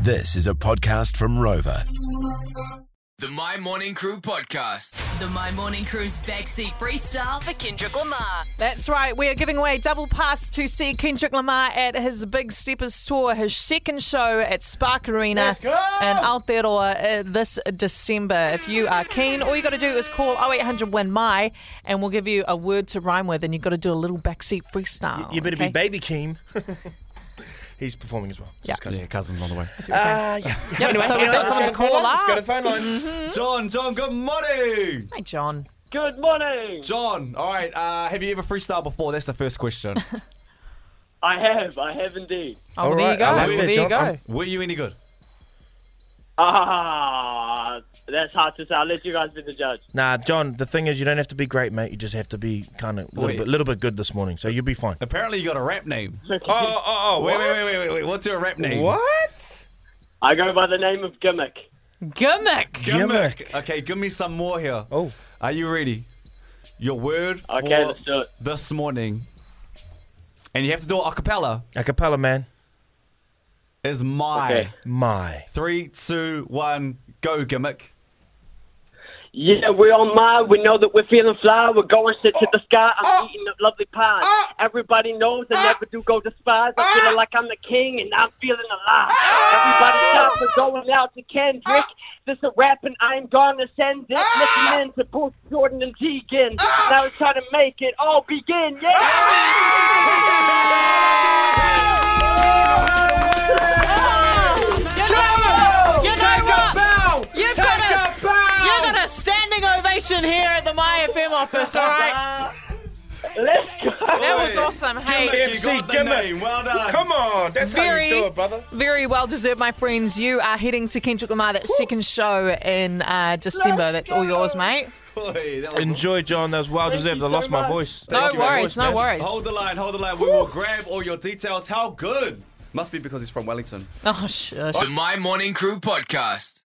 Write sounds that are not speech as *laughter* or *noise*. This is a podcast from Rover. The My Morning Crew podcast. The My Morning Crew's backseat freestyle for Kendrick Lamar. That's right. We are giving away a double pass to see Kendrick Lamar at his Big Steppers tour, his second show at Spark Arena in Aotearoa uh, this December. If you are keen, all you got to do is call 0800 Win My, and we'll give you a word to rhyme with, and you've got to do a little backseat freestyle. You better okay? be Baby Keem. *laughs* He's performing as well. Yeah. Yeah, cousin's on the way. Uh, yeah. Yep, so we've got someone to call Let's go to up. the phone line. Mm-hmm. John, John, good morning. Hey, John. Good morning. John, all right. Uh, have you ever freestyle before? That's the first *laughs* question. I have, I have indeed. Oh, All well, there you right, go. I like Well, that, there you John. go. I'm- Were you any good? Ah, that's hard to say. I'll let you guys be the judge. Nah, John, the thing is, you don't have to be great, mate. You just have to be kind of a little Wait. bit, little bit good this morning, so you'll be fine. Apparently, you got a rap name. oh, oh, oh, Wait, wait, wait, wait, wait, wait. What's your rap name? What? I go by the name of Gimmick. Gimmick. Gimmick. Okay, give me some more here. Oh. Are you ready? Your word Okay, for let's do it. this morning, and you have to do it a cappella, A cappella, man. is my. Okay. My. Three, two, one, go, *laughs* gimmick. Yeah, we're on mine. We know that we're feeling fly. We're going shit to the sky. I'm eating up lovely pie. Everybody knows I never do go despised. I'm feeling like I'm the king and I'm feeling alive. Everybody stop for going out to Kendrick. This a rap and I'm gonna send it. Listening to both Jordan and Tegan. Now it's time to make it all begin. Yeah. You know what? You've got a, you got a standing ovation here at the My FM office, all *laughs* right? Let's go. That was awesome. Hey. You got the name. Well done. Come on, that's Very, how you do it, brother. very well deserved, my friends. You are heading to Kendrick Lamar, that second show in uh, December. That's all yours, mate. Boy, that was Enjoy, John. That was well deserved. I so lost my much. voice. No Thank you, my worries, voice, no man. worries. Hold the line, hold the line. We will grab all your details. How good? Must be because he's from Wellington. Oh, shush. The My Morning Crew podcast.